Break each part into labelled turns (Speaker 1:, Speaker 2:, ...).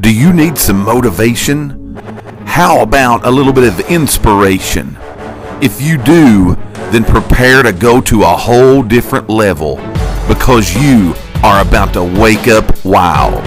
Speaker 1: Do you need some motivation? How about a little bit of inspiration? If you do, then prepare to go to a whole different level because you are about to wake up wild.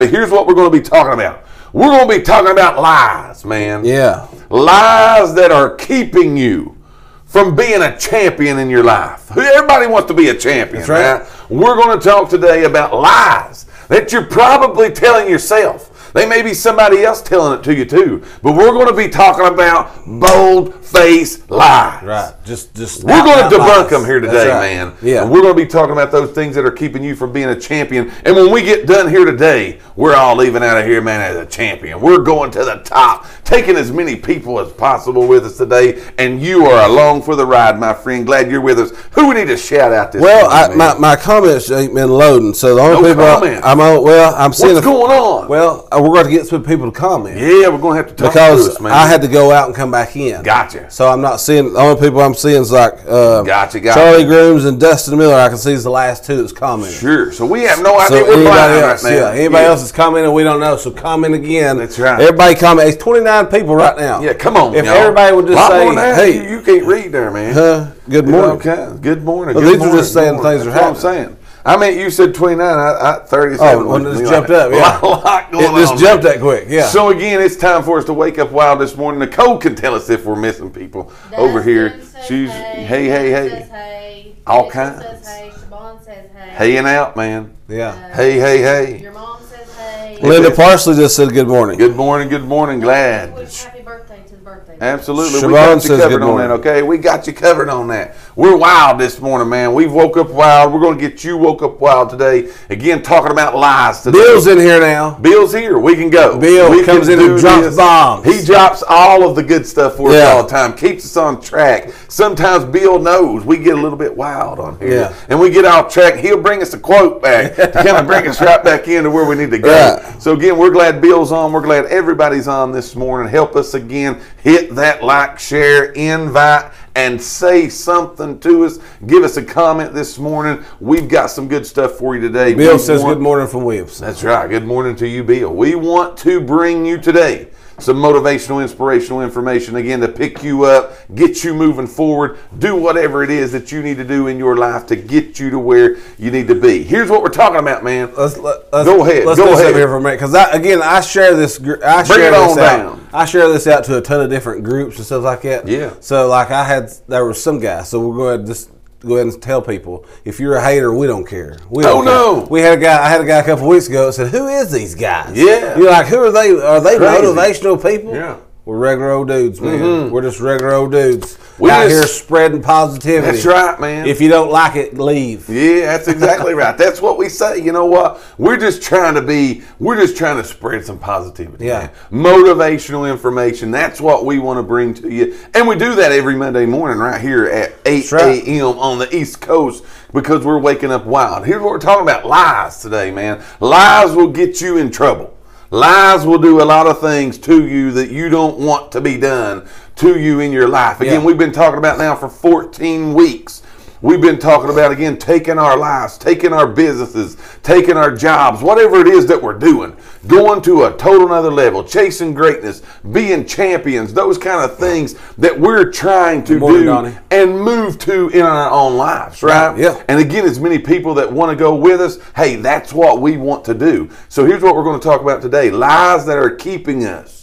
Speaker 1: Here's what we're going to be talking about. We're going to be talking about lies, man.
Speaker 2: Yeah.
Speaker 1: Lies that are keeping you from being a champion in your life. Everybody wants to be a champion,
Speaker 2: That's right.
Speaker 1: We're going to talk today about lies that you're probably telling yourself. They may be somebody else telling it to you too, but we're going to be talking about bold face lies.
Speaker 2: Right. Just just
Speaker 1: We're going to
Speaker 2: outright
Speaker 1: debunk
Speaker 2: lies.
Speaker 1: them here
Speaker 2: That's
Speaker 1: today,
Speaker 2: right.
Speaker 1: man.
Speaker 2: Yeah.
Speaker 1: And we're going to be talking about those things that are keeping you from being a champion. And when we get done here today, we're all leaving out of here, man, as a champion. We're going to the top, taking as many people as possible with us today. And you are along for the ride, my friend. Glad you're with us. Who we need to shout out this
Speaker 2: well,
Speaker 1: morning,
Speaker 2: I,
Speaker 1: man?
Speaker 2: my, my comments ain't been loading, so the only
Speaker 1: No
Speaker 2: people I,
Speaker 1: comments.
Speaker 2: I'm on, well, I'm seeing
Speaker 1: What's
Speaker 2: a-
Speaker 1: going on?
Speaker 2: Well, uh, we're going to get some people to comment
Speaker 1: yeah, we're going to have to talk to
Speaker 2: because
Speaker 1: us, man.
Speaker 2: I had to go out and come back in.
Speaker 1: Gotcha.
Speaker 2: So I'm not seeing the only people I'm seeing is like uh,
Speaker 1: Gotcha, gotcha.
Speaker 2: Charlie Grooms and Dustin Miller. I can see is the last two that's commenting.
Speaker 1: Sure. So we have no
Speaker 2: So
Speaker 1: idea. we're
Speaker 2: anybody
Speaker 1: blind
Speaker 2: else,
Speaker 1: right now.
Speaker 2: yeah, anybody else is commenting, we don't know. So comment again.
Speaker 1: That's right.
Speaker 2: Everybody comment. It's 29 people right now.
Speaker 1: Yeah, come on.
Speaker 2: If
Speaker 1: y'all.
Speaker 2: everybody would just
Speaker 1: Lot
Speaker 2: say,
Speaker 1: more than that.
Speaker 2: "Hey,
Speaker 1: you, you can't read there, man."
Speaker 2: uh, good morning.
Speaker 1: Okay. Good morning.
Speaker 2: Well,
Speaker 1: good
Speaker 2: these are just
Speaker 1: morning,
Speaker 2: saying
Speaker 1: good morning.
Speaker 2: things are
Speaker 1: That's what I'm saying. I mean, you said 29, I, I 37.
Speaker 2: Oh, well, it just
Speaker 1: We
Speaker 2: jumped up, yeah.
Speaker 1: A lot going
Speaker 2: It just
Speaker 1: on.
Speaker 2: jumped that quick, yeah.
Speaker 1: So, again, it's time for us to wake up wild this morning. Nicole can tell us if we're missing people over here.
Speaker 3: Dustin says
Speaker 1: She's, hey, hey,
Speaker 3: Jason
Speaker 1: hey.
Speaker 3: says hey.
Speaker 1: All
Speaker 3: Jason
Speaker 1: kinds.
Speaker 3: Says hey. Siobhan says hey.
Speaker 1: Heying out, man.
Speaker 2: yeah.
Speaker 1: Hey, hey, hey.
Speaker 3: Your mom says hey.
Speaker 2: Linda Parsley just said good morning.
Speaker 1: Good morning, good morning. Glad.
Speaker 3: Wish Happy birthday to the birthday. girl.
Speaker 1: Absolutely.
Speaker 2: Siobhan
Speaker 1: we got you
Speaker 2: says
Speaker 1: covered
Speaker 2: good
Speaker 1: on that,
Speaker 2: morning.
Speaker 1: okay? We got you covered on that. We're wild this morning, man. We've woke up wild. We're going to get you woke up wild today. Again, talking about lies today.
Speaker 2: Bill's in here now.
Speaker 1: Bill's here. We can go.
Speaker 2: Bill
Speaker 1: we
Speaker 2: comes
Speaker 1: can
Speaker 2: in and
Speaker 1: do
Speaker 2: drops bombs.
Speaker 1: He drops all of the good stuff for
Speaker 2: Yeah.
Speaker 1: us all the time. Keeps us on track. Sometimes Bill knows we get a little bit wild on here,
Speaker 2: Yeah.
Speaker 1: and we get off track. He'll bring us a quote back to kind of bring us right back into where we need to go.
Speaker 2: Right.
Speaker 1: So again, we're glad Bill's on. We're glad everybody's on this morning. Help us again. Hit that like, share, invite, and say something to us. Give us a comment this morning. We've got some good stuff for you today.
Speaker 2: Bill
Speaker 1: We
Speaker 2: says
Speaker 1: want-
Speaker 2: good morning from Williamson.
Speaker 1: that's right. Good morning to you, Bill. We want to bring you today some motivational, inspirational information again to pick you up, get you moving forward, do whatever it is that you need to do in your life to get you to where you need to be. Here's what we're talking about, man.
Speaker 2: Let's, let, let's
Speaker 1: Go ahead,
Speaker 2: Let's
Speaker 1: go
Speaker 2: do
Speaker 1: ahead.
Speaker 2: something here for a minute because I, again I share this. gr- I
Speaker 1: Bring
Speaker 2: share
Speaker 1: it
Speaker 2: this
Speaker 1: on
Speaker 2: out.
Speaker 1: down.
Speaker 2: I share this out to a ton of different groups and stuff like that.
Speaker 1: Yeah.
Speaker 2: So like I had there was some guy. So we're going to just go ahead and tell people if you're a hater, we don't care. We
Speaker 1: Oh,
Speaker 2: don't care.
Speaker 1: no.
Speaker 2: We had a guy. I had a guy a couple weeks ago that said, "Who is these guys?
Speaker 1: Yeah.
Speaker 2: You're like, who are they? Are they
Speaker 1: Crazy.
Speaker 2: motivational people?
Speaker 1: Yeah. Mm-hmm.
Speaker 2: We're regular old dudes, man. We're just regular old dudes
Speaker 1: We
Speaker 2: out
Speaker 1: just-
Speaker 2: here spreading positivity.
Speaker 1: That's right, man.
Speaker 2: If you don't like it, leave.
Speaker 1: Yeah, that's exactly right. That's what we say. You know what? We're just trying to be, we're just trying to spread some positivity.
Speaker 2: Yeah.
Speaker 1: man. Motivational information. That's what we want to bring to you. And we do that every Monday morning right here at 8
Speaker 2: right.
Speaker 1: a.m. on the East Coast because we're waking up wild. Here's what we're talking about lies today, man. Lies will get you in trouble. Lies will do a lot of things to you that you don't want to be done to you in your life. Again,
Speaker 2: Yeah.
Speaker 1: we've been talking about now for 14 weeks. We've been talking about again taking our lives, taking our businesses, taking our jobs, whatever it is that we're doing, going to a total another level, chasing greatness, being champions, those kind of things that we're trying to
Speaker 2: morning,
Speaker 1: do
Speaker 2: Donnie.
Speaker 1: and move to in our own lives, right?
Speaker 2: Yeah.
Speaker 1: And again, as many people that want to go with us, hey, that's what we want to do. So here's what we're going to talk about today lies that are keeping us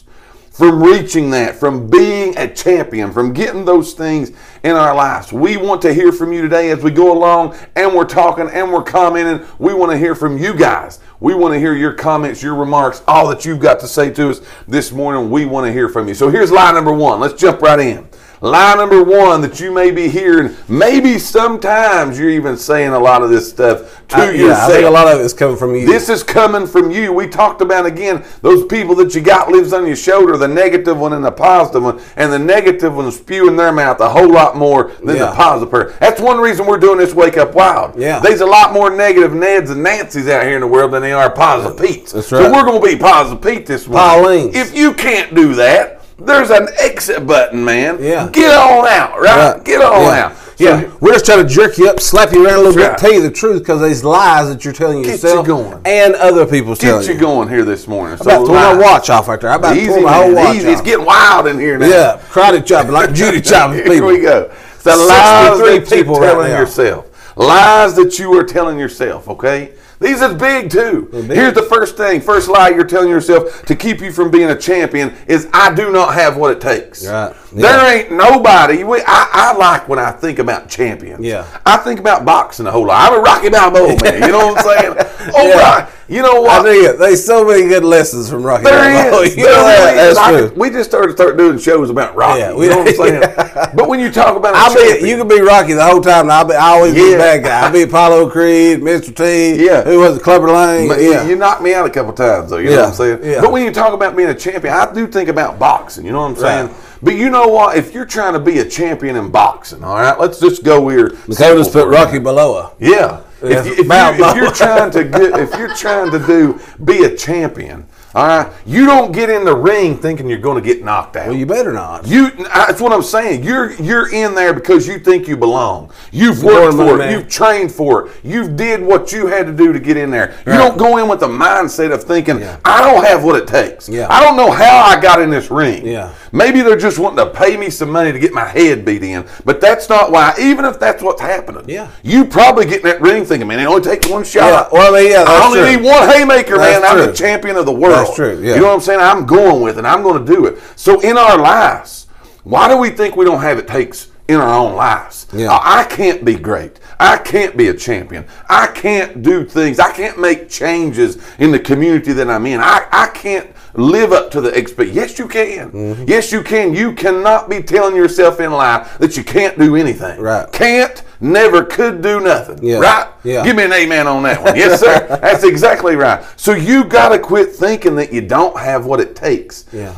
Speaker 1: from reaching that, from being a champion, from getting those things in our lives. We want to hear from you today as we go along and we're talking and we're commenting. We want to hear from you guys. We want to hear your comments, your remarks, all that you've got to say to us this morning. We want to hear from you. So here's lie number one. Let's jump right in. Lie number one that you may be hearing, maybe sometimes you're even saying a lot of this stuff to
Speaker 2: I,
Speaker 1: yourself.
Speaker 2: yeah, I think a lot of it's coming from you.
Speaker 1: This is coming from you. We talked about again those people that you got lives on your shoulder, the negative one and the positive one, and the negative one spewing their mouth a whole lot more than the
Speaker 2: Yeah.
Speaker 1: positive person. That's one reason we're doing this wake up wild.
Speaker 2: Yeah.
Speaker 1: There's a lot more negative Neds and Nancys out here in the world than they are positive Pete's.
Speaker 2: That's
Speaker 1: So
Speaker 2: right.
Speaker 1: we're gonna be positive Pete this morning.
Speaker 2: Paulines.
Speaker 1: If you can't do that, there's an exit button, man.
Speaker 2: Yeah.
Speaker 1: Get on out, right?
Speaker 2: Right.
Speaker 1: Get on
Speaker 2: Yeah.
Speaker 1: out.
Speaker 2: Yeah, we're just trying to jerk you up, slap you around a little
Speaker 1: That's
Speaker 2: bit,
Speaker 1: right.
Speaker 2: tell you the truth because these lies that you're telling
Speaker 1: Get you
Speaker 2: yourself
Speaker 1: going.
Speaker 2: and other people's telling
Speaker 1: Get you going here this morning. So
Speaker 2: about tore my
Speaker 1: lies.
Speaker 2: watch off right there. I about
Speaker 1: Easy,
Speaker 2: tore my whole
Speaker 1: man,
Speaker 2: watch
Speaker 1: easy. It's
Speaker 2: off.
Speaker 1: getting wild in here now.
Speaker 2: yeah, karate chopping like Judy chopping
Speaker 1: Here
Speaker 2: people.
Speaker 1: we go. The lies
Speaker 2: 63
Speaker 1: that you're
Speaker 2: people right
Speaker 1: telling
Speaker 2: now.
Speaker 1: yourself. Lies that you are telling yourself, okay? These are big too.
Speaker 2: big.
Speaker 1: Here's the first thing. First lie you're telling yourself to keep you from being a champion is I do not have what it takes.
Speaker 2: Right. Yeah.
Speaker 1: There ain't nobody. We, I, I like when I think about champions.
Speaker 2: Yeah.
Speaker 1: I think about boxing a whole lot. I'm a Rocky Balboa man. You know what I'm saying? Oh,
Speaker 2: Yeah.
Speaker 1: right. You know what?
Speaker 2: I think it. There's so many good lessons from Rocky.
Speaker 1: There
Speaker 2: Balboa.
Speaker 1: is.
Speaker 2: You know that-
Speaker 1: There is.
Speaker 2: that's
Speaker 1: I
Speaker 2: true.
Speaker 1: could- we just started start doing shows about Rocky.
Speaker 2: Yeah,
Speaker 1: we,
Speaker 2: we-
Speaker 1: you know what I'm saying? But when you talk about, a
Speaker 2: I'll be,
Speaker 1: champion-
Speaker 2: you can be Rocky the whole time, and I'll be, I'll always be
Speaker 1: Yeah.
Speaker 2: the bad guy. I'll be Apollo Creed, Mr. T.
Speaker 1: Yeah.
Speaker 2: Who was it? Clubber Lang.
Speaker 1: But
Speaker 2: yeah.
Speaker 1: you, you knocked me out a couple times, though. You know
Speaker 2: Yeah,
Speaker 1: what I'm saying?
Speaker 2: yeah.
Speaker 1: But when you talk about being a champion, I do think about boxing. You know what I'm saying?
Speaker 2: Right.
Speaker 1: But you know what? If you're trying to be a champion in boxing, all right, let's just go here.
Speaker 2: so
Speaker 1: simple
Speaker 2: just put
Speaker 1: for a minute.
Speaker 2: Rocky Balboa.
Speaker 1: Yeah.
Speaker 2: Yeah,
Speaker 1: If, you, if,
Speaker 2: about
Speaker 1: you, if
Speaker 2: both.
Speaker 1: you're trying to get, if you're trying to do, be a champion, all right, you don't get in the ring thinking you're going to get knocked out.
Speaker 2: Well, you better not.
Speaker 1: You, I- that's what I'm saying. You're you're in there because you think you belong. You've worked
Speaker 2: Lord, my
Speaker 1: for it.
Speaker 2: man.
Speaker 1: You've trained for it. You did what you had to do to get in there. You
Speaker 2: Right.
Speaker 1: don't go in with the mindset of thinking,
Speaker 2: Yeah.
Speaker 1: "I don't have what it takes.
Speaker 2: Yeah.
Speaker 1: I don't know how I got in this ring.
Speaker 2: Yeah.
Speaker 1: Maybe they're just wanting to pay me some money to get my head beat in, but that's not why. Even if that's what's happening,
Speaker 2: Yeah.
Speaker 1: you probably get in that ring thinking, "Man, it only takes one shot.
Speaker 2: Yeah. Well, I mean, yeah,
Speaker 1: I
Speaker 2: that's
Speaker 1: only
Speaker 2: true.
Speaker 1: need one haymaker,
Speaker 2: That's
Speaker 1: man. I'm the
Speaker 2: true.
Speaker 1: champion of the world.
Speaker 2: That's true, yeah.
Speaker 1: You know what I'm saying? I'm going with it. I'm going to do it. So in our lives, why do we think we don't have it takes in our own lives?
Speaker 2: Yeah.
Speaker 1: I I can't be great. I can't be a champion. I can't do things. I can't make changes in the community that I'm in. I, I can't live up to the expect. Yes, you can.
Speaker 2: Mm-hmm.
Speaker 1: Yes, you can. You cannot be telling yourself in life that you can't do anything.
Speaker 2: Right.
Speaker 1: Can't, never, could do nothing.
Speaker 2: Yeah.
Speaker 1: Right?
Speaker 2: Yeah.
Speaker 1: Give me an amen on that one. Yes, sir. That's exactly right. So you got to quit thinking that you don't have what it takes.
Speaker 2: Yeah.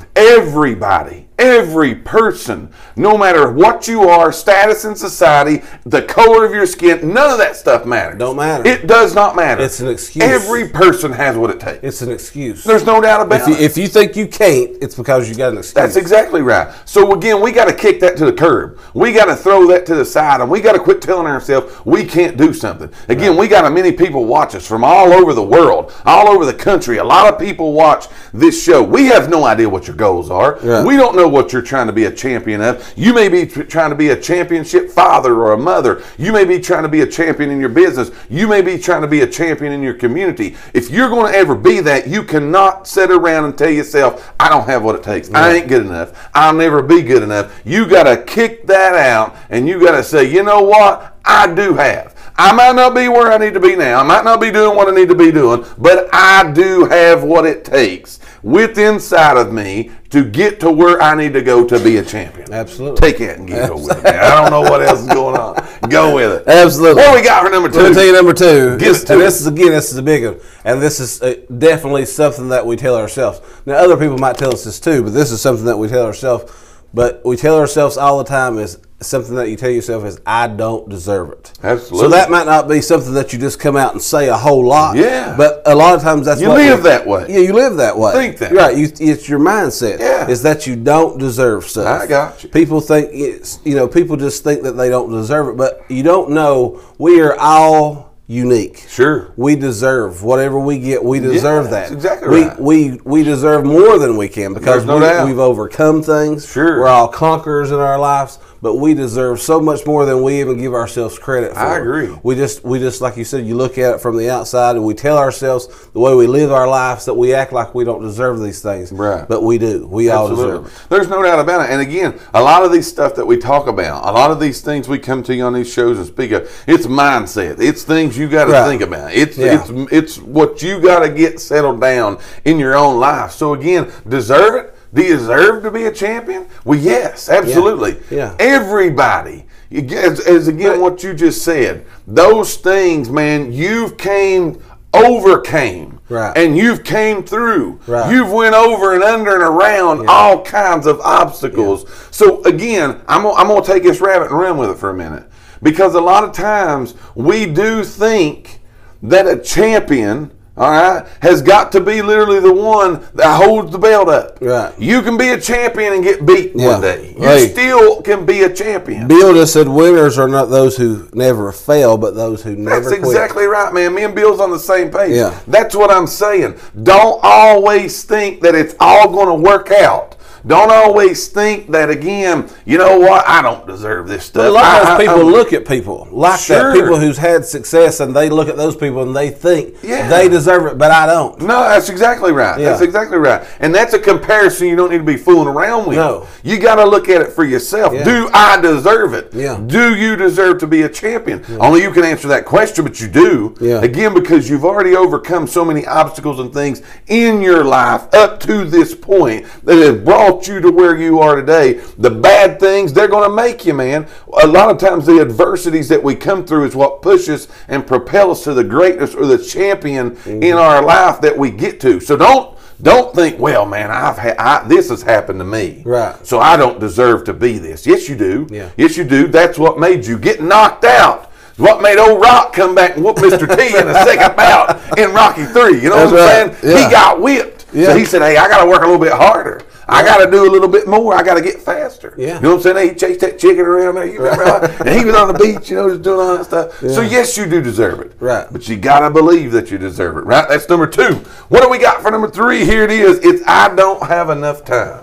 Speaker 1: Everybody, every person, no matter what you are, status in society, the color of your skin, none of that stuff matters.
Speaker 2: Don't matter.
Speaker 1: It does not matter.
Speaker 2: It's an excuse.
Speaker 1: Every person has what it takes.
Speaker 2: It's an excuse.
Speaker 1: There's no doubt about
Speaker 2: if you,
Speaker 1: it.
Speaker 2: if you think you can't, it's because you got an excuse.
Speaker 1: That's exactly right. So again, we got to kick that to the curb. We got to throw that to the side, and we got to quit telling ourselves we can't do something. Again, we got a many people watch us from all over the world, all over the country. A lot of people watch this show. We have no idea what your goals are.
Speaker 2: Yeah.
Speaker 1: We don't know what you're trying to be a champion of. You may be tr- trying to be a championship father or a mother. You may be trying to be a champion in your business. You may be trying to be a champion in your community. If you're going to ever be that, you cannot sit around and tell yourself, I don't have what it takes. I ain't good enough. I'll never be good enough. You got to kick that out and you got to say, you know what? I do have. I might not be where I need to be now. I might not be doing what I need to be doing, but I do have what it takes with inside of me to get to where I need to go to be a champion.
Speaker 2: Absolutely.
Speaker 1: Take it and get over with it. man. I don't know what else is going on. Go with it.
Speaker 2: Absolutely.
Speaker 1: What we got for number
Speaker 2: Let me tell you
Speaker 1: two?
Speaker 2: number two.
Speaker 1: Give it to
Speaker 2: and
Speaker 1: me.
Speaker 2: this is again, this is a big one, and this is uh, definitely something that we tell ourselves. Now, other people might tell us this too, but this is something that we tell ourselves. But we tell ourselves all the time is something that you tell yourself is I don't deserve it.
Speaker 1: Absolutely.
Speaker 2: So that might not be something that you just come out and say a whole lot.
Speaker 1: Yeah.
Speaker 2: But a lot of times that's
Speaker 1: You
Speaker 2: what
Speaker 1: live
Speaker 2: we-
Speaker 1: that way.
Speaker 2: Yeah, you live that way.
Speaker 1: Think that.
Speaker 2: Right. You, it's your mindset.
Speaker 1: Yeah.
Speaker 2: Is that you don't deserve stuff.
Speaker 1: I got you.
Speaker 2: People think it's you know people just think that they don't deserve it, but you don't know we are all unique.
Speaker 1: Sure.
Speaker 2: we deserve whatever we get. We deserve
Speaker 1: Yeah,
Speaker 2: that.
Speaker 1: that's exactly
Speaker 2: we,
Speaker 1: right.
Speaker 2: We we deserve more than we can
Speaker 1: There's
Speaker 2: because
Speaker 1: no
Speaker 2: we,
Speaker 1: doubt.
Speaker 2: we've overcome things.
Speaker 1: Sure.
Speaker 2: we're all conquerors in our lives, but we deserve so much more than we even give ourselves credit for.
Speaker 1: I agree.
Speaker 2: We just we just like you said, you look at it from the outside, and we tell ourselves the way we live our lives that we act like we don't deserve these things.
Speaker 1: Right.
Speaker 2: but we do. We all deserve.
Speaker 1: Absolutely.
Speaker 2: it.
Speaker 1: There's no doubt about it. And again, a lot of these stuff that we talk about, a lot of these things we come to you on these shows and speak of, it's mindset. It's things you got to
Speaker 2: Right.
Speaker 1: think about. It's
Speaker 2: Yeah.
Speaker 1: it's it's what you got to get settled down in your own life. So again, deserve it. Do you deserve to be a champion? Well, yes, absolutely.
Speaker 2: Yeah.
Speaker 1: Everybody. You get- As, as again, what you just said, those things, man, you've came, overcame,
Speaker 2: Right.
Speaker 1: and you've came through.
Speaker 2: Right.
Speaker 1: You've went over and under and around all kinds of obstacles. So again, I'm gonna- I'm going to take this rabbit and run with it for a minute because a lot of times we do think that a champion all right, has got to be literally the one that holds the belt up.
Speaker 2: Right.
Speaker 1: You can be a champion and get beat
Speaker 2: Yeah.
Speaker 1: one day. You
Speaker 2: Hey.
Speaker 1: still can be a champion.
Speaker 2: Bill just said winners are not those who never fail, but those who never
Speaker 1: That's
Speaker 2: quit.
Speaker 1: exactly right, man. Me and Bill's on the same page.
Speaker 2: Yeah.
Speaker 1: That's what I'm saying. Don't always think that it's all going to work out. Don't always think that again. You know what? I don't deserve this stuff.
Speaker 2: A lot of
Speaker 1: I-
Speaker 2: those
Speaker 1: I-
Speaker 2: people
Speaker 1: I'm-
Speaker 2: look at people like
Speaker 1: Sure.
Speaker 2: that. People who's had success, and they look at those people and they think
Speaker 1: Yeah.
Speaker 2: they deserve it, but I don't.
Speaker 1: No, that's exactly right. That's
Speaker 2: Yeah.
Speaker 1: exactly right. And that's a comparison you don't need to be fooling around with.
Speaker 2: No.
Speaker 1: You got to look at it for yourself.
Speaker 2: Yeah.
Speaker 1: Do I deserve it?
Speaker 2: Yeah.
Speaker 1: Do you deserve to be a champion? Only you can answer that question, but you do.
Speaker 2: Yeah.
Speaker 1: Again, because you've already overcome so many obstacles and things in your life up to this point that have brought you to where you are today. The bad things, they're going to make you, man. A lot of times, the adversities that we come through is what pushes and propels us to the greatness or the champion
Speaker 2: Mm-hmm.
Speaker 1: in our life that we get to. So don't. Don't think, well, man, I've had I, this has happened to me,
Speaker 2: Right.
Speaker 1: So I don't deserve to be this. Yes, you do.
Speaker 2: Yeah.
Speaker 1: Yes, you do. That's what made you get knocked out. It's What made old Rock come back and whoop Mr. T in a second bout in Rocky Three? You know
Speaker 2: That's
Speaker 1: what I'm
Speaker 2: right.
Speaker 1: saying?
Speaker 2: Yeah.
Speaker 1: He got whipped.
Speaker 2: Yeah.
Speaker 1: So he said, "Hey, I got to work a little bit harder. I got to do a little bit more. I got to get faster."
Speaker 2: Yeah.
Speaker 1: You know what I'm saying? He chased that chicken around there. You remember? how- and he was on the beach, you know, just doing all that stuff. So yes, you do deserve it.
Speaker 2: Right.
Speaker 1: But you got to believe that you deserve it. Right. That's number two. What do we got for number three? Here it is. It's I don't have enough time.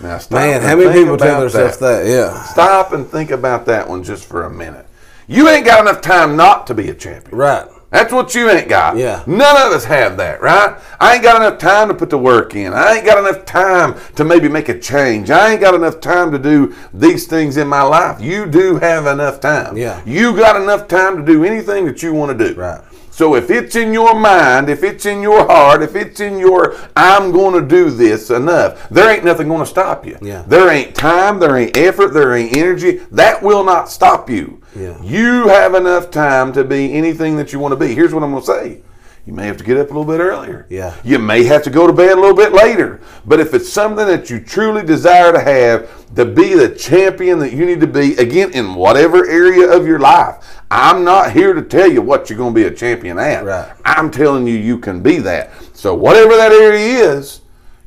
Speaker 1: Now, stop
Speaker 2: Man,
Speaker 1: and
Speaker 2: how many
Speaker 1: think
Speaker 2: people tell
Speaker 1: about
Speaker 2: themselves that? Yeah,
Speaker 1: Stop and think about that one just for a minute. You ain't got enough time not to be a champion.
Speaker 2: right.
Speaker 1: That's what you ain't got.
Speaker 2: Yeah.
Speaker 1: None of us have that, right? I ain't got enough time to put the work in. I ain't got enough time to maybe make a change. I ain't got enough time to do these things in my life. You do have enough time.
Speaker 2: Yeah.
Speaker 1: You got enough time to do anything that you want to do.
Speaker 2: Right.
Speaker 1: So if it's in your mind, if it's in your heart, if it's in your I'm going to do this enough, there ain't nothing going to stop you.
Speaker 2: Yeah.
Speaker 1: There ain't time, there ain't effort, there ain't energy. That will not stop you.
Speaker 2: Yeah.
Speaker 1: You have enough time to be anything that you want to be. Here's what I'm going to say. You may have to get up a little bit earlier.
Speaker 2: Yeah.
Speaker 1: You may have to go to bed a little bit later. But if it's something that you truly desire to have, to be the champion that you need to be, again, in whatever area of your life, I'm not here to tell you what you're going to be a champion at.
Speaker 2: Right.
Speaker 1: I'm telling you, you can be that. So, whatever that area is,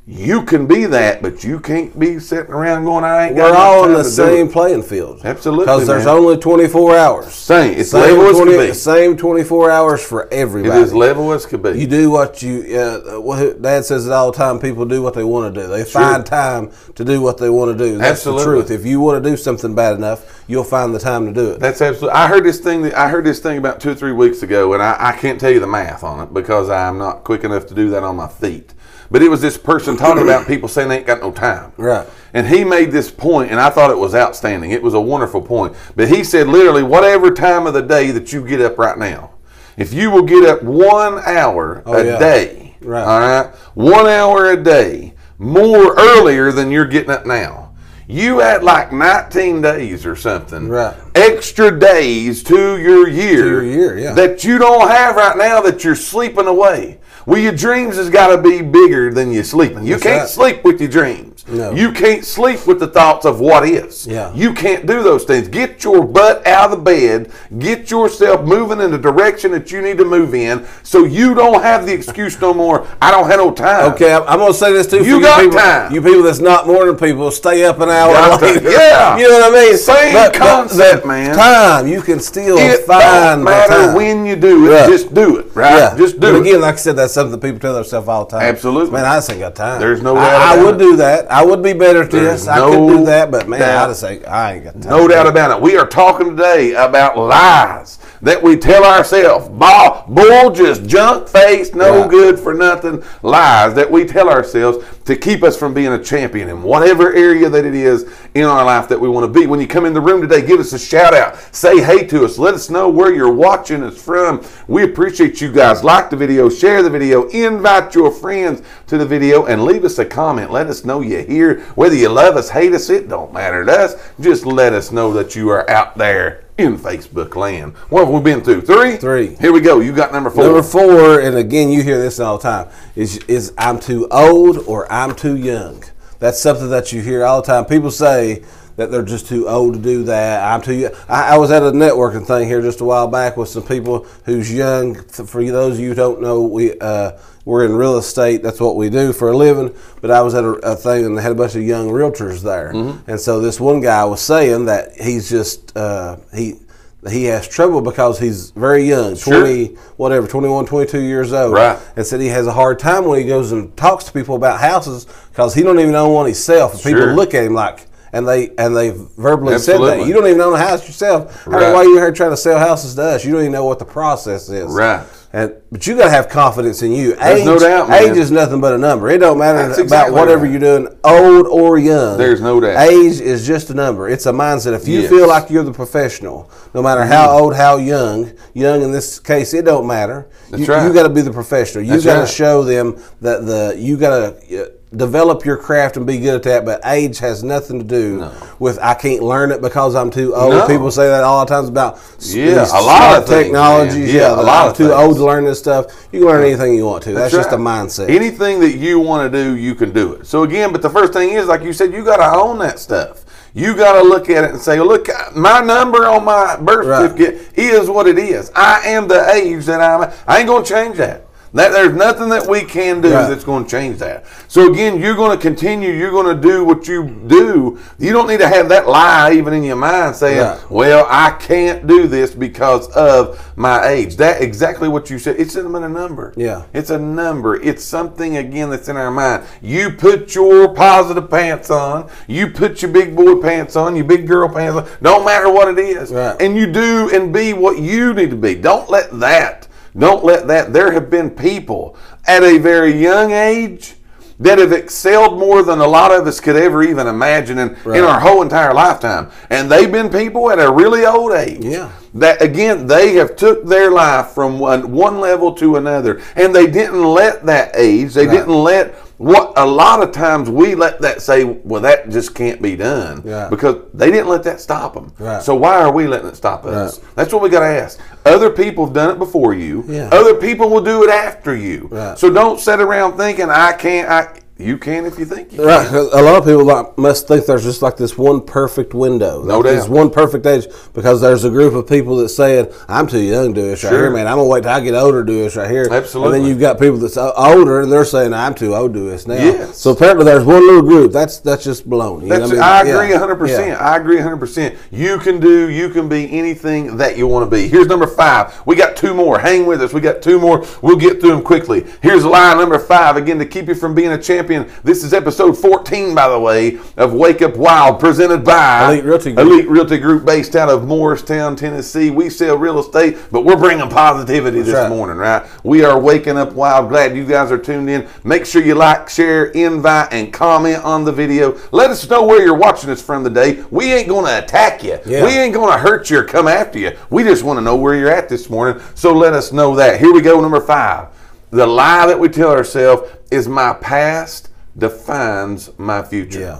Speaker 1: you can be that, but you can't be sitting around going, I ain't got
Speaker 2: We're
Speaker 1: enough
Speaker 2: all on
Speaker 1: time
Speaker 2: the
Speaker 1: to do
Speaker 2: same
Speaker 1: it."
Speaker 2: playing field.
Speaker 1: Absolutely,
Speaker 2: Because there's
Speaker 1: man.
Speaker 2: only 24 hours.
Speaker 1: Same. It's level as could be.
Speaker 2: same 24 hours for
Speaker 1: It
Speaker 2: everybody.
Speaker 1: is level as could be.
Speaker 2: You do what you. Uh, what Dad says it all the time. People do what they want to do. They find time to do what they want to do. That's
Speaker 1: Absolutely.
Speaker 2: the truth. If you want to do something bad enough, you'll find the time to do it.
Speaker 1: That's absolutely. I heard this thing. That, I heard this thing about two or three weeks ago, and I, I can't tell you the math on it because I'm not quick enough to do that on my feet. But it was this person talking about people saying they ain't got no time.
Speaker 2: Right.
Speaker 1: And he made this point, and I thought it was outstanding. It was a wonderful point. But he said, literally, whatever time of the day that you get up right now, if you will get up one hour a
Speaker 2: Oh, yeah.
Speaker 1: day,
Speaker 2: Right.
Speaker 1: all right, one hour a day more earlier than you're getting up now, you had like 19 days or something
Speaker 2: Right.
Speaker 1: extra days to your year,
Speaker 2: your year, yeah.
Speaker 1: that you don't have right now that you're sleeping away. Well, your dreams has got to be bigger than you sleeping. You
Speaker 2: That's
Speaker 1: can't
Speaker 2: right.
Speaker 1: sleep with your dreams.
Speaker 2: No.
Speaker 1: You can't sleep with the thoughts of what ifs.
Speaker 2: Yeah.
Speaker 1: You can't do those things. Get your butt out of the bed. Get yourself moving in the direction that you need to move in so you don't have the excuse no more. I don't have no time.
Speaker 2: Okay, I'm, I'm gonna say this too. for
Speaker 1: You got
Speaker 2: people,
Speaker 1: time.
Speaker 2: You people that's not morning people, stay up an hour
Speaker 1: Got time.
Speaker 2: later.
Speaker 1: Yeah.
Speaker 2: you know what I mean.
Speaker 1: Same
Speaker 2: But- but
Speaker 1: concept,
Speaker 2: the
Speaker 1: man.
Speaker 2: Time you can still
Speaker 1: It
Speaker 2: find
Speaker 1: don't
Speaker 2: the
Speaker 1: matter
Speaker 2: time.
Speaker 1: when you do it.
Speaker 2: Yeah.
Speaker 1: Just do it, right?
Speaker 2: Yeah,
Speaker 1: Just do
Speaker 2: but
Speaker 1: it.
Speaker 2: again, like I said, that's something people tell themselves all the time.
Speaker 1: Absolutely.
Speaker 2: man. I just ain't got time.
Speaker 1: There's no
Speaker 2: I-
Speaker 1: doubt
Speaker 2: I,
Speaker 1: about
Speaker 2: would
Speaker 1: it.
Speaker 2: do that. I would be better at
Speaker 1: There's
Speaker 2: this. I
Speaker 1: no
Speaker 2: could do that, but man,
Speaker 1: doubt.
Speaker 2: I just ain't. I ain't got time.
Speaker 1: No doubt about it. We are talking today about lies that we tell ourselves. Bull, bull just junk faced, no
Speaker 2: Right.
Speaker 1: good for nothing lies that we tell ourselves to keep us from being a champion in whatever area that it is in our life that we want to be. When you come in the room today, give us a shout out. Say hey to us. Let us know where you're watching us from. We appreciate you guys. Like the video, share the video, invite your friends to the video, and leave us a comment. Let us know you're here. Whether you love us, hate us, it don't matter to us. Just let us know that you are out there in Facebook land. What have we been through? Three?
Speaker 2: Three.
Speaker 1: Here we go. You got number four.
Speaker 2: Number four, and again, you hear this all the time, is is I'm too old or I'm too young. That's something that you hear all the time. People say that they're just too old to do that. I'm too. I, I was at a networking thing here just a while back with some people who's young. For those of you who don't know, we uh, we're in real estate. That's what we do for a living. But I was at a, a thing and they had a bunch of young realtors there, and so this one guy was saying that he's just uh, he. He has trouble because he's very young, 20, whatever, 21, 22 years old.
Speaker 1: Right.
Speaker 2: And said he has a hard time when he goes and talks to people about houses because he don't even own one himself. And
Speaker 1: Sure.
Speaker 2: People look at him like, and they and they verbally said
Speaker 1: Absolutely.
Speaker 2: that you don't even own a house yourself. How-
Speaker 1: Right.
Speaker 2: Why are you here trying to sell houses to us? You don't even know what the process is.
Speaker 1: Right.
Speaker 2: And but you got to have confidence in you.
Speaker 1: There's
Speaker 2: age,
Speaker 1: no doubt, man.
Speaker 2: Age is nothing but a number. It don't matter
Speaker 1: That's
Speaker 2: about
Speaker 1: exactly
Speaker 2: whatever
Speaker 1: right.
Speaker 2: you're doing, old or young.
Speaker 1: There's no doubt.
Speaker 2: Age is just a number. It's a mindset. If you
Speaker 1: Yes.
Speaker 2: feel like you're the professional, no matter how
Speaker 1: Mm-hmm.
Speaker 2: old, how young, young in this case, it don't matter.
Speaker 1: That's
Speaker 2: you,
Speaker 1: right.
Speaker 2: You got to be the professional. You
Speaker 1: That's
Speaker 2: got to
Speaker 1: right.
Speaker 2: show them that the you got to. Uh, Develop your craft and be good at that, but age has nothing to do with I can't learn it because I'm too old.
Speaker 1: No.
Speaker 2: People say that all the times about s-
Speaker 1: Yeah,
Speaker 2: these
Speaker 1: a lot of
Speaker 2: smart
Speaker 1: things, man.
Speaker 2: technologies.
Speaker 1: Yeah,
Speaker 2: Yeah,
Speaker 1: a
Speaker 2: that
Speaker 1: lot
Speaker 2: I'm
Speaker 1: of
Speaker 2: too
Speaker 1: things.
Speaker 2: old to learn this stuff. You can learn anything you want to. That's, just a mindset.
Speaker 1: Anything that you want to do, you can do it. So again, but the first thing is, like you said, you got to own that stuff. You got to look at it and say, look, my number on my birth
Speaker 2: Right.
Speaker 1: certificate is what it is. I am the age that I'm. at. I ain't going to change that. That there's nothing that we can do
Speaker 2: Right.
Speaker 1: that's going to change that. So again, you're going to continue. You're going to do what you do. You don't need to have that lie even in your mind saying,
Speaker 2: Right.
Speaker 1: "Well, I can't do this because of my age." That exactly what you said. It's in a number.
Speaker 2: Yeah.
Speaker 1: It's a number. It's something again that's in our mind. You put your positive pants on. You put your big boy pants on. Your big girl pants on. Don't matter what it is.
Speaker 2: Right.
Speaker 1: And you do and be what you need to be. Don't let that. Don't let that. There have been people at a very young age that have excelled more than a lot of us could ever even imagine in, in our whole entire lifetime. And they've been people at a really old age
Speaker 2: Yeah.
Speaker 1: that again they have took their life from one, one level to another and they didn't let that age they didn't let what a lot of times we let that say well that just can't be done
Speaker 2: Yeah.
Speaker 1: because they didn't let that stop them
Speaker 2: Right.
Speaker 1: so why are we letting it stop us that's what we got to ask other people have done it before you
Speaker 2: Yeah.
Speaker 1: other people will do it after you
Speaker 2: Right.
Speaker 1: so don't sit around thinking i can't i you can if you think you can.
Speaker 2: Right. 'cause A lot of people like, must think there's just like this one perfect window.
Speaker 1: No
Speaker 2: like This
Speaker 1: doubt.
Speaker 2: one perfect age because there's a group of people that said, I'm too young to do this right
Speaker 1: Sure.
Speaker 2: here, man. I'm going to wait till I get older to do this right here.
Speaker 1: Absolutely.
Speaker 2: And then you've got people that's o- older and they're saying, I'm too old to do this now.
Speaker 1: Yes.
Speaker 2: So apparently there's one little group. That's that's just baloney. you know
Speaker 1: That's,
Speaker 2: what
Speaker 1: I,
Speaker 2: mean? Yeah,
Speaker 1: agree 100%.
Speaker 2: yeah.
Speaker 1: I agree 100%. You can do, you can be anything that you want to be. Here's number five. We got two more. Hang with us. We got two more. We'll get through them quickly. Here's line number five. Again, to keep you from being a champion, this is episode 14, by the way, of Wake Up Wild, presented by
Speaker 2: Elite Realty Group.
Speaker 1: Elite Elite Realty Group based out of Morristown, Tennessee. We sell real estate, but we're bringing positivity this
Speaker 2: right.
Speaker 1: morning, right? We are waking up wild. Glad you guys are tuned in. Make sure you like, share, invite, and comment on the video. Let us know where you're watching us from today. We ain't going to attack you.
Speaker 2: Yeah.
Speaker 1: We ain't going to hurt you or come after you. We just want to know where you're at this morning. So let us know that. Here we go, number five. The lie that we tell ourselves is my past defines my future.
Speaker 2: Yeah.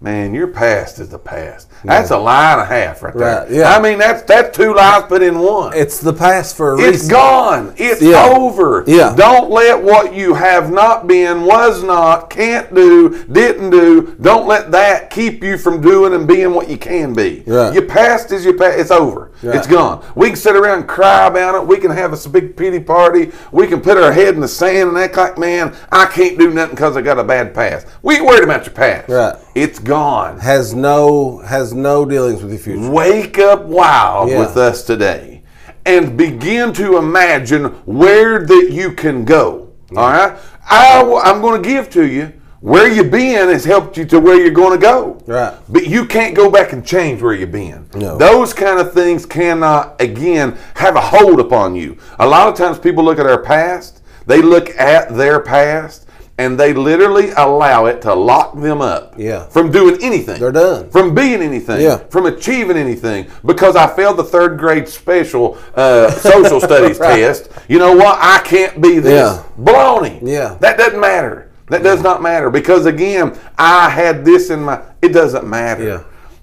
Speaker 1: Man, your past is the past. That's a lie and a half right there.
Speaker 2: Right, yeah.
Speaker 1: I mean, that's that's two lies put in one.
Speaker 2: It's the past for a
Speaker 1: It's
Speaker 2: reason.
Speaker 1: gone. It's
Speaker 2: Yeah.
Speaker 1: over.
Speaker 2: Yeah.
Speaker 1: Don't let what you have not been, was not, can't do, didn't do, don't let that keep you from doing and being what you can be.
Speaker 2: Right.
Speaker 1: Your past is your past. It's over.
Speaker 2: Right.
Speaker 1: It's gone. We can sit around and cry about it. We can have a big pity party. We can put our head in the sand and act like, man, I can't do nothing because I got a bad past. We ain't worried about your past.
Speaker 2: Right.
Speaker 1: It's gone.
Speaker 2: Has no has no dealings with the future.
Speaker 1: Wake up wild
Speaker 2: Yeah.
Speaker 1: with us today and begin to imagine where that you can go. All right? I, am going to give to you where you've been has helped you to where you're going to go.
Speaker 2: Right.
Speaker 1: But you can't go back and change where you've been.
Speaker 2: No.
Speaker 1: Those kind of things cannot, again, have a hold upon you. A lot of times people look at our past, they look at their past, and they literally allow it to lock them up
Speaker 2: Yeah.
Speaker 1: from doing anything.
Speaker 2: They're done.
Speaker 1: From being anything
Speaker 2: Yeah.
Speaker 1: from achieving anything because I failed the third grade special uh, social studies test. You know what? I can't be this.
Speaker 2: Yeah.
Speaker 1: Baloney.
Speaker 2: Yeah.
Speaker 1: That doesn't matter. That does not matter because again, I had this in my. It doesn't matter.
Speaker 2: Yeah.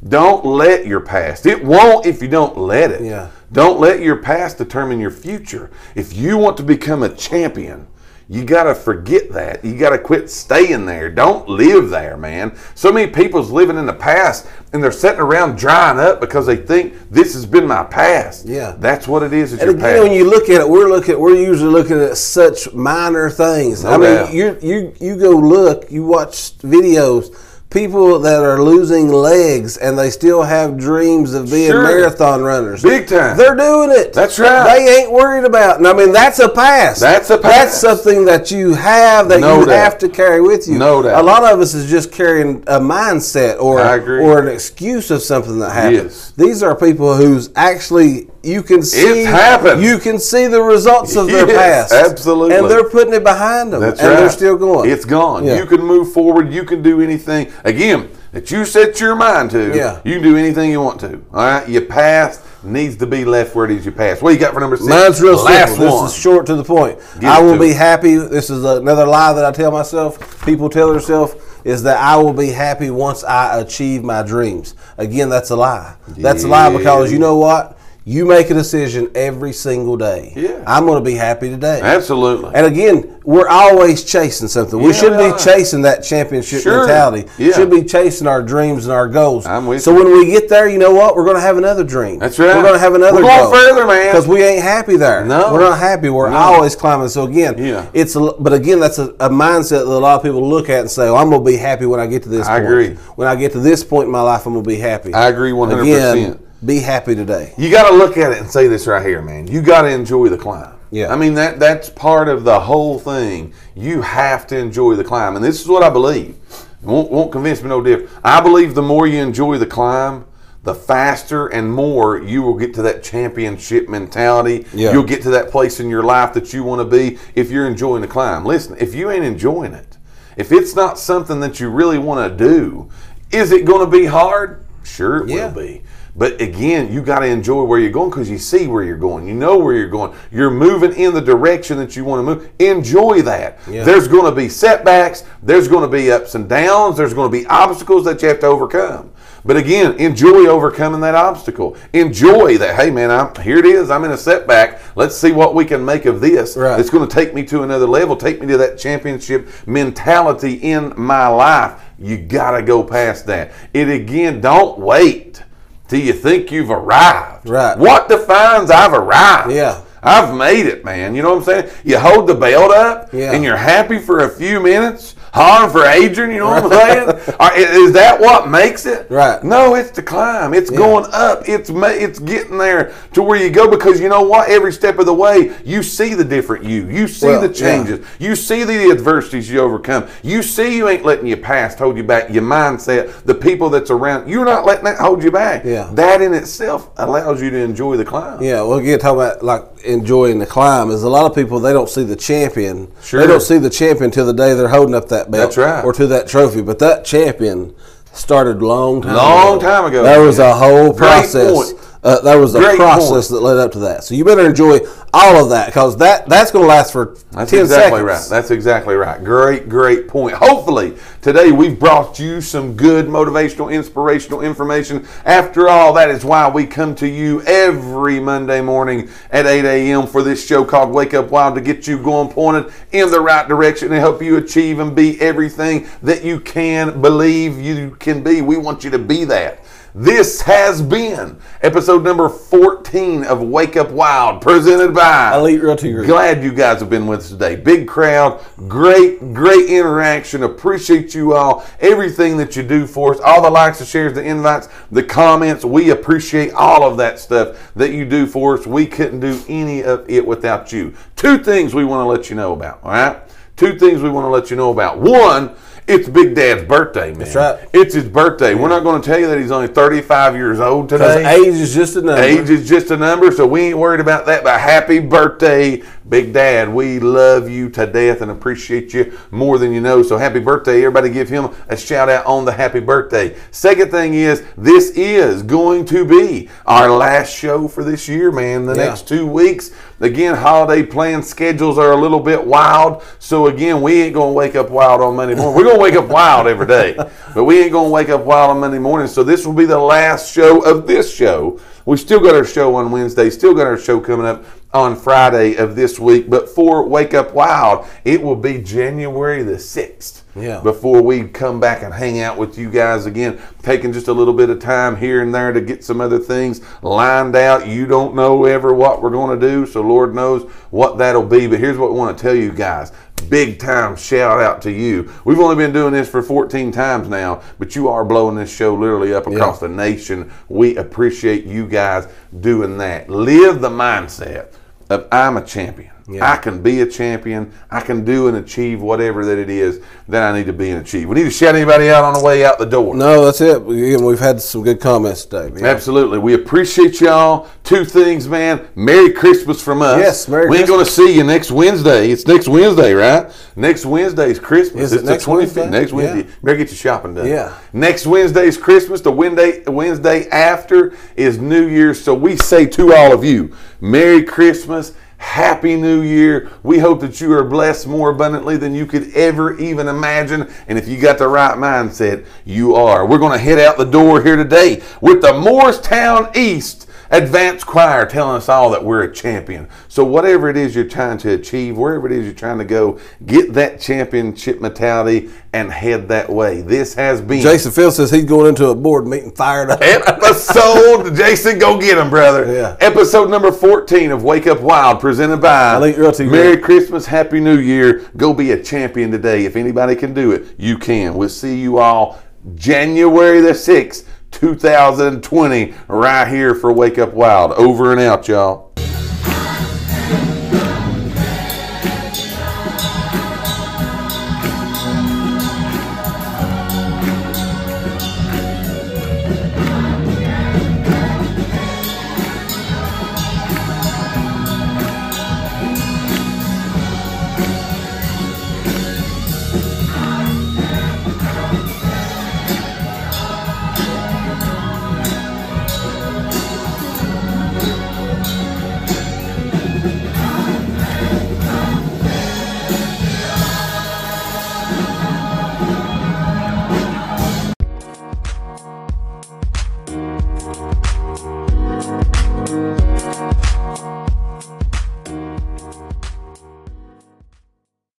Speaker 1: Don't let your past. It won't if you don't let it.
Speaker 2: Yeah.
Speaker 1: Don't let your past determine your future. If you want to become a champion, You got to forget that. You got to quit staying there. Don't live there, man. So many people's living in the past and they're sitting around drying up because they think this has been my past.
Speaker 2: Yeah.
Speaker 1: That's what it is. It's
Speaker 2: And
Speaker 1: your
Speaker 2: again, when
Speaker 1: past.
Speaker 2: you look at it, we're looking. We're usually looking at such minor things. I
Speaker 1: doubt.
Speaker 2: mean, you you you go look. You watch videos. People that are losing legs and they still have dreams of being
Speaker 1: Sure.
Speaker 2: marathon runners.
Speaker 1: Big time.
Speaker 2: They're doing it.
Speaker 1: That's right.
Speaker 2: They ain't worried about. And I mean, that's a past.
Speaker 1: That's a
Speaker 2: That's
Speaker 1: past.
Speaker 2: something that you have that
Speaker 1: No
Speaker 2: you
Speaker 1: doubt.
Speaker 2: have to carry with you.
Speaker 1: No doubt.
Speaker 2: A lot of us is just carrying a mindset or
Speaker 1: I agree.
Speaker 2: or an excuse of something that happened.
Speaker 1: Yes.
Speaker 2: These are people who's actually you can see
Speaker 1: It's happened.
Speaker 2: You can see the results of their
Speaker 1: Yes,
Speaker 2: past.
Speaker 1: absolutely.
Speaker 2: And they're putting it behind them.
Speaker 1: That's
Speaker 2: and
Speaker 1: right.
Speaker 2: they're still going.
Speaker 1: It's gone.
Speaker 2: Yeah.
Speaker 1: You can move forward. You can do anything. Again, that you set your mind to,
Speaker 2: Yeah.
Speaker 1: you can do anything you want to. All right? Your past needs to be left where it is you passed. What you got for number six?
Speaker 2: Mine's real
Speaker 1: Last
Speaker 2: simple.
Speaker 1: one.
Speaker 2: This is short to the point.
Speaker 1: Get
Speaker 2: I
Speaker 1: it
Speaker 2: will
Speaker 1: to
Speaker 2: be
Speaker 1: it.
Speaker 2: happy. This is another lie that I tell myself. People tell themselves is that I will be happy once I achieve my dreams. Again, that's a lie. That's a lie because you know what? You make a decision every single day.
Speaker 1: Yeah.
Speaker 2: I'm going to be happy today.
Speaker 1: Absolutely.
Speaker 2: And again, we're always chasing something.
Speaker 1: Yeah,
Speaker 2: we shouldn't
Speaker 1: we
Speaker 2: be
Speaker 1: are.
Speaker 2: chasing that championship
Speaker 1: Sure.
Speaker 2: mentality.
Speaker 1: Yeah.
Speaker 2: Should be chasing our dreams and our goals.
Speaker 1: I'm with
Speaker 2: so
Speaker 1: you.
Speaker 2: when we get there, you know what? We're going to have another dream.
Speaker 1: That's right.
Speaker 2: We're going to have another.
Speaker 1: We're going
Speaker 2: goal.
Speaker 1: further, man.
Speaker 2: Because we ain't happy there.
Speaker 1: No.
Speaker 2: we're not happy. We're
Speaker 1: No.
Speaker 2: always climbing. So again,
Speaker 1: Yeah.
Speaker 2: it's a, but again, that's a, a mindset that a lot of people look at and say, "Oh, I'm going to be happy when I get to this."
Speaker 1: I
Speaker 2: point.
Speaker 1: agree.
Speaker 2: When I get to this point in my life, I'm going to be happy.
Speaker 1: I agree 100%.
Speaker 2: Again, be happy today.
Speaker 1: You got to look at it and say this right here, man. You got to enjoy the climb.
Speaker 2: Yeah.
Speaker 1: I mean that that's part of the whole thing. You have to enjoy the climb, and this is what I believe. It Won't won't convince me no different. I believe the more you enjoy the climb, the faster and more you will get to that championship mentality.
Speaker 2: Yeah.
Speaker 1: You'll get to that place in your life that you want to be if you're enjoying the climb. Listen, if you ain't enjoying it, if it's not something that you really want to do, is it going to be hard? Sure, it
Speaker 2: Yeah.
Speaker 1: will be. But again, you got to enjoy where you're going because you see where you're going. You know where you're going. You're moving in the direction that you want to move. Enjoy that.
Speaker 2: Yeah.
Speaker 1: There's going to be setbacks. There's going to be ups and downs. There's going to be obstacles that you have to overcome. But again, enjoy overcoming that obstacle. Enjoy that. Hey, man, I'm here. It is. I'm in a setback. Let's see what we can make of this.
Speaker 2: Right.
Speaker 1: It's going to take me to another level. Take me to that championship mentality in my life. You got to go past that. It again. Don't wait till you think you've arrived.
Speaker 2: Right.
Speaker 1: What defines I've arrived?
Speaker 2: Yeah.
Speaker 1: I've made it, man. You know what I'm saying? You hold the belt up
Speaker 2: Yeah.
Speaker 1: and you're happy for a few minutes, hollering for Adrian, you know what I'm saying? Are- i- Is that what makes it?
Speaker 2: Right.
Speaker 1: No, it's the climb. It's going up. It's ma- it's getting there to where you go because you know what? Every step of the way, you see the different you. You see
Speaker 2: Well,
Speaker 1: the
Speaker 2: yeah.
Speaker 1: changes. You see the adversities you overcome. You see you ain't letting your past hold you back. Your mindset, the people that's around, you're not letting that hold you back.
Speaker 2: Yeah.
Speaker 1: That in itself allows you to enjoy the climb.
Speaker 2: Yeah, well, again, talking about like enjoying the climb is a lot of people they don't see the champion.
Speaker 1: Sure.
Speaker 2: They don't see the champion till the day they're holding up that belt.
Speaker 1: That's right.
Speaker 2: Or to that trophy, but that champion started long time.
Speaker 1: Long
Speaker 2: ago.
Speaker 1: time ago.
Speaker 2: There was a whole
Speaker 1: Great
Speaker 2: process.
Speaker 1: point.
Speaker 2: Uh, there was a
Speaker 1: Great
Speaker 2: process
Speaker 1: point.
Speaker 2: that led up to that. So you better enjoy all of that because that that's going to last for
Speaker 1: That's
Speaker 2: ten
Speaker 1: exactly
Speaker 2: seconds.
Speaker 1: right. That's exactly right. Great, great point. Hopefully, today we've brought you some good motivational, inspirational information. After all, that is why we come to you every Monday morning at 8 a.m. for this show called Wake Up Wild to get you going pointed in the right direction and help you achieve and be everything that you can believe you can be. We want you to be that. This has been episode number 14 of Wake Up Wild, presented by
Speaker 2: Elite Realty Group.
Speaker 1: Glad you guys have been with us today. Big crowd, great, great interaction. Appreciate you all, everything that you do for us, all the likes, the shares, the invites, the comments. We appreciate all of that stuff that you do for us. We couldn't do any of it without you. Two things we want to let you know about, all right? Two things we want to let you know about. One, it's Big Dad's birthday, man. That's
Speaker 2: right.
Speaker 1: It's his birthday. We're not going to tell you that he's only 35 years old
Speaker 2: Because
Speaker 1: today.
Speaker 2: age is just a number.
Speaker 1: Age is just a number, so we ain't worried about that. But happy birthday, Big Dad. We love you to death and appreciate you more than you know. So happy birthday. Everybody give him a shout out on the happy birthday. Second thing is, this is going to be our last show for this year, man. The
Speaker 2: Yeah.
Speaker 1: next two weeks. Again, holiday plan schedules are a little bit wild. So again, we ain't gonna wake up wild on Monday morning. We're gonna wake up wild every day, but we ain't gonna wake up wild on Monday morning. So this will be the last show of this show. We still got our show on Wednesday, still got our show coming up on Friday of this week. But for Wake Up Wild, it will be January the 6th
Speaker 2: Yeah.
Speaker 1: before we come back and hang out with you guys again, taking just a little bit of time here and there to get some other things lined out. You don't know ever what we're going to do, so Lord knows what that'll be. But here's what we want to tell you guys. Big time shout out to you. We've only been doing this for 14 times now, but you are blowing this show literally up across the nation. We appreciate you guys doing that. Live the mindset of I'm a champion.
Speaker 2: Yeah.
Speaker 1: I can be a champion. I can do and achieve whatever that it is that I need to be and achieve. We need to shout anybody out on the way out the door.
Speaker 2: No, that's it. We- Again, we've had some good comments today. man.
Speaker 1: Absolutely. We appreciate y'all. Two things, man. Merry Christmas from us.
Speaker 2: Yes, Merry
Speaker 1: We ain't going to see you next Wednesday. It's next Wednesday, right? Next Wednesday's Christmas.
Speaker 2: Is it
Speaker 1: it's the
Speaker 2: next
Speaker 1: 25th.
Speaker 2: Wednesday?
Speaker 1: Next Wednesday.
Speaker 2: Yeah.
Speaker 1: Better get your shopping done.
Speaker 2: Yeah.
Speaker 1: Next Wednesday's Christmas. The Wednesday, Wednesday after is New Year's. So we say to all of you, Merry Christmas. Happy New Year. We hope that you are blessed more abundantly than you could ever even imagine. And if you got the right mindset, you are. We're going to head out the door here today with the Morristown East Advanced Choir telling us all that we're a champion. So, whatever it is you're trying to achieve, wherever it is you're trying to go, get that championship mentality and head that way. This has been
Speaker 2: Jason Field says he's going into a board meeting fired up.
Speaker 1: episode. Jason, go get him, brother.
Speaker 2: Yeah.
Speaker 1: Episode number 14 of Wake Up Wild, presented by
Speaker 2: Elite Realty Group.
Speaker 1: Merry Christmas, Happy New Year. Go be a champion today. If anybody can do it, you can. We'll see you all January the 6th, 2020, right here for Wake Up Wild. Over and out, y'all.